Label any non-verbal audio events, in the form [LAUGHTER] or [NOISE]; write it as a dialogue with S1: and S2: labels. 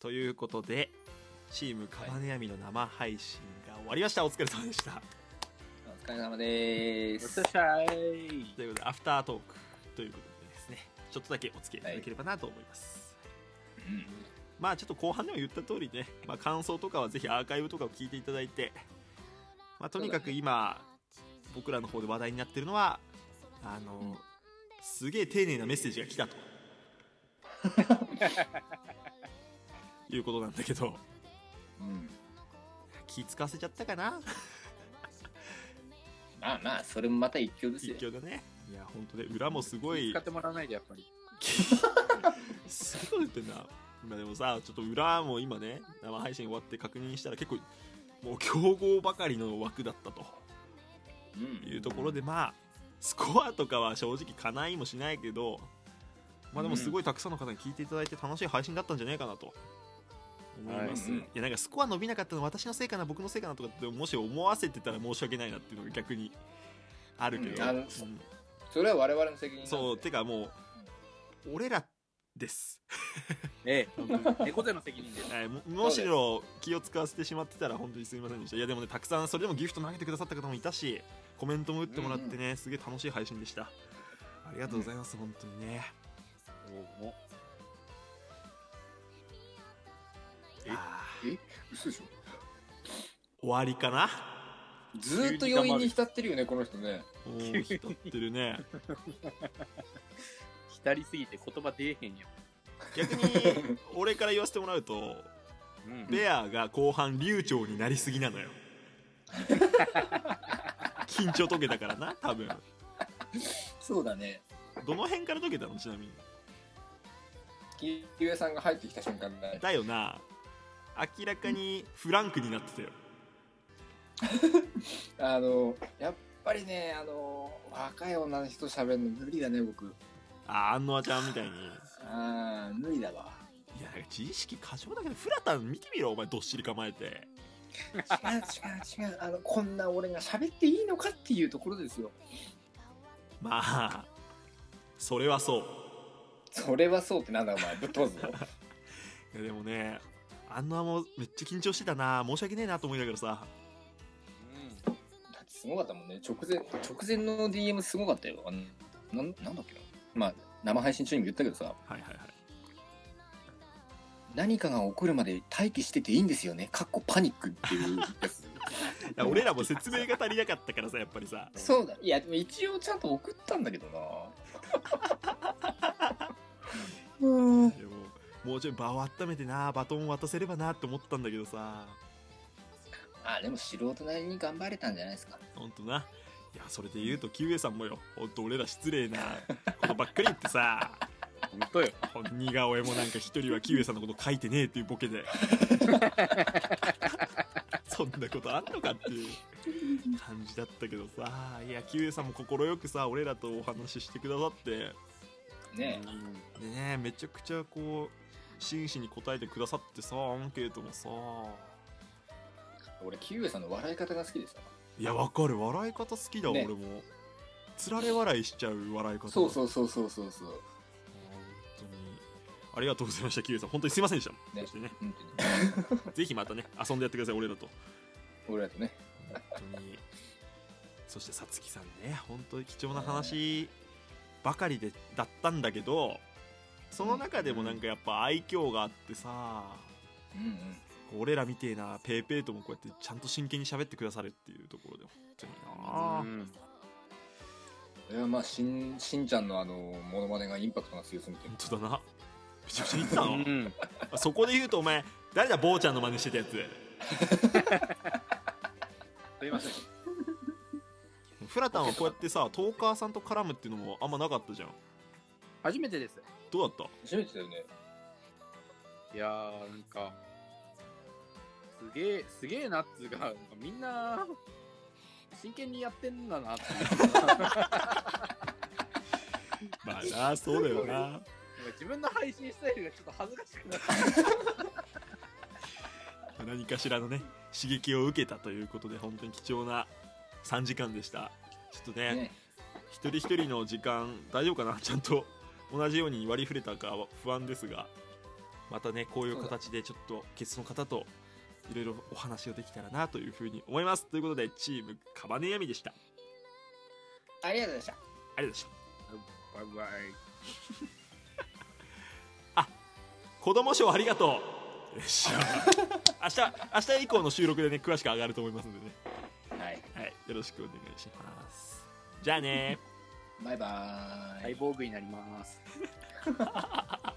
S1: ということでチームカバネヤミの生配信が終わりましたお疲れ様でした
S2: お疲れ様で
S3: お
S2: す
S3: 疲れ様でーす
S1: ということでアフタートークということでですねちょっとだけお付き合いいただければなと思います、
S2: うん
S1: まあちょっと後半でも言った通りね、まあ、感想とかはぜひアーカイブとかを聞いていただいて、まあ、とにかく今、僕らの方で話題になってるのはあの、
S2: うん
S1: すげえ丁寧なメッセージが来た
S2: [LAUGHS]
S1: ということなんだけど
S2: うん
S1: 気つかせちゃったかな
S2: まあまあそれもまた一挙です
S1: 一
S2: よ
S1: 挙だねいや本当で裏もすごい
S3: 使ってもらわないでやっぱり
S1: すごいってんな今でもさちょっと裏も今ね生配信終わって確認したら結構もう強豪ばかりの枠だったと
S2: う
S1: いうんところでまあスコアとかは正直かないもしないけどまあでもすごいたくさんの方に聞いていただいて楽しい配信だったんじゃないかなと思います、
S2: はい
S1: い、やなんかスコア伸びなかったの私のせいかな僕のせいかなとかってもし思わせてたら申し訳ないなっていうのが逆にあるけど、
S2: うんあの
S1: うん
S2: それは我々の責任なんで
S1: そうてかもう俺らです
S3: え
S1: 本当に
S3: え猫背の責任です
S1: はいむむしろ気を使わせてしまってたら本当にすみませんでしたいやでもねたくさんそれでもギフト投げてくださった方もいたしコメントも打ってもらってね、すげえ楽しい配信でしたありがとうございます、本当にね
S3: おお
S2: え
S1: あー
S2: え嘘でしょ
S1: 終わりかな
S2: ずーっと余韻に浸ってるよねこの人ね
S1: もう浸ってる
S3: [LAUGHS]
S1: ね
S3: 浸りすぎて言葉出えへんよ、
S1: 逆に俺から言わせてもらうと
S3: うん
S1: ベアが後半流暢になりすぎな
S3: [LAUGHS]
S1: のよ緊張解けたからな多分
S2: そうだね
S1: どの辺から解けたのちなみに
S2: 木上さんが入ってきた瞬間だね
S1: だよな明らかにフランクになってたよ
S2: あのやっぱりねあの若い女の人と喋るの無理だね僕
S1: あーアンノアちゃんみたいにい
S2: ああ無理だわ
S1: やなんか自意識過剰だけどフラタン見てみろお前どっしり構えて
S2: 違う違う違うあのこんな俺が喋っていいのかっていうところですよ
S1: まあそれはそう
S2: それはそうってなんだお前ぶっ飛ばすぞ
S1: いやでもねあんなもめっちゃ緊張してたな申し訳ねえなと思いながらさ
S3: う
S2: だ
S3: ん
S2: ってすごかったもんね直前直前の DM すごかったよあのなんなんだっけなまあ生配信中にも言ったけどさ
S1: はいはいはい
S2: 何かが起こるまで待機してていいんですよねかっこパニックっていうやつ
S1: いや俺らも説明が足りなかったからさやっぱりさ
S2: [LAUGHS] そうだいやでも一応ちゃんと送ったんだけどなうん
S1: いやもうもうちょい場を温めてなバトンを渡せればなって思ったんだけどさ
S2: あでも素人なりに頑張れたんじゃないですか
S1: ほんとないやそれで言うとキウエさんもよほんと俺ら失礼なことばっかり言ってさ
S3: 本当よ
S1: ほん似顔絵もなんか一人はキウエさんのこと書いてねえっていうボケでそんなことあんのかっていう感じだったけどさいやキウエさんも快くさ俺らとお話ししてくださって
S2: ね
S1: でねめちゃくちゃこう真摯に答えてくださってさアンケートもさ
S2: 俺キウエさんの笑い方が好きでさ
S1: いやわかる笑い方好きだ、
S2: ね
S1: 俺もつられ笑いしちゃう笑い方
S2: そう
S1: う
S2: そうそうそうそうそう
S1: 本当にありがとうございましたキウエさん本当にすいませんでした、
S2: ね
S1: そしてね
S2: 本当に
S1: ぜひまたね遊んでやってください俺らと
S2: 俺だとね
S1: 本当にそしてさつきさんね本当に貴重な話ばかりでだったんだけどその中でもなんかやっぱ愛嬌があってさ
S2: うんうん
S1: 俺らみてえなペーペーともこうやってちゃんと真剣に喋ってくださるっていうところで本当になあ、
S3: うん
S2: いやまあしんしんちゃんのあのモノマネがインパクトが強すぎて
S1: 本当だなめちゃくちゃ言ってた
S3: う
S1: の
S3: ん
S1: あそこで言うとお前誰だ坊ちゃんの真似してたやつ
S3: すいません
S1: フラタンはこうやってさトーカーさんと絡むっていうのもあんまなかったじゃん
S3: 初めてです
S1: どうだっ
S2: 初めてだよね
S3: いやーなんかすげえすげえなっつうかなんかみんな真剣にやってんだ [LAUGHS] なっていうか
S1: たまあなそうだよな
S3: 自分の配信スタイルがちょっと恥ずかしくなって
S1: [LAUGHS] 何かしらのね刺激を受けたということで本当に貴重な3時間でしたちょっとね
S2: ね
S1: 一人一人 [LAUGHS] の時間大丈夫かなちゃんと同じように割り振れたかは不安ですがまたねこういう形でちょっとゲストの方といろいろお話をできたらなというふうに思いますということでチームカバネヤミでしたあ
S2: ありがとうございま
S1: りがとうございました
S3: バイバイ。
S1: 子供賞ありがとうよっしゃ明日明日以降の収録でね詳しく上がると思いますんでね、
S2: したはい
S1: はい、よろしくお願いしますじゃあね
S2: バイバーイ
S3: サイボーグになります。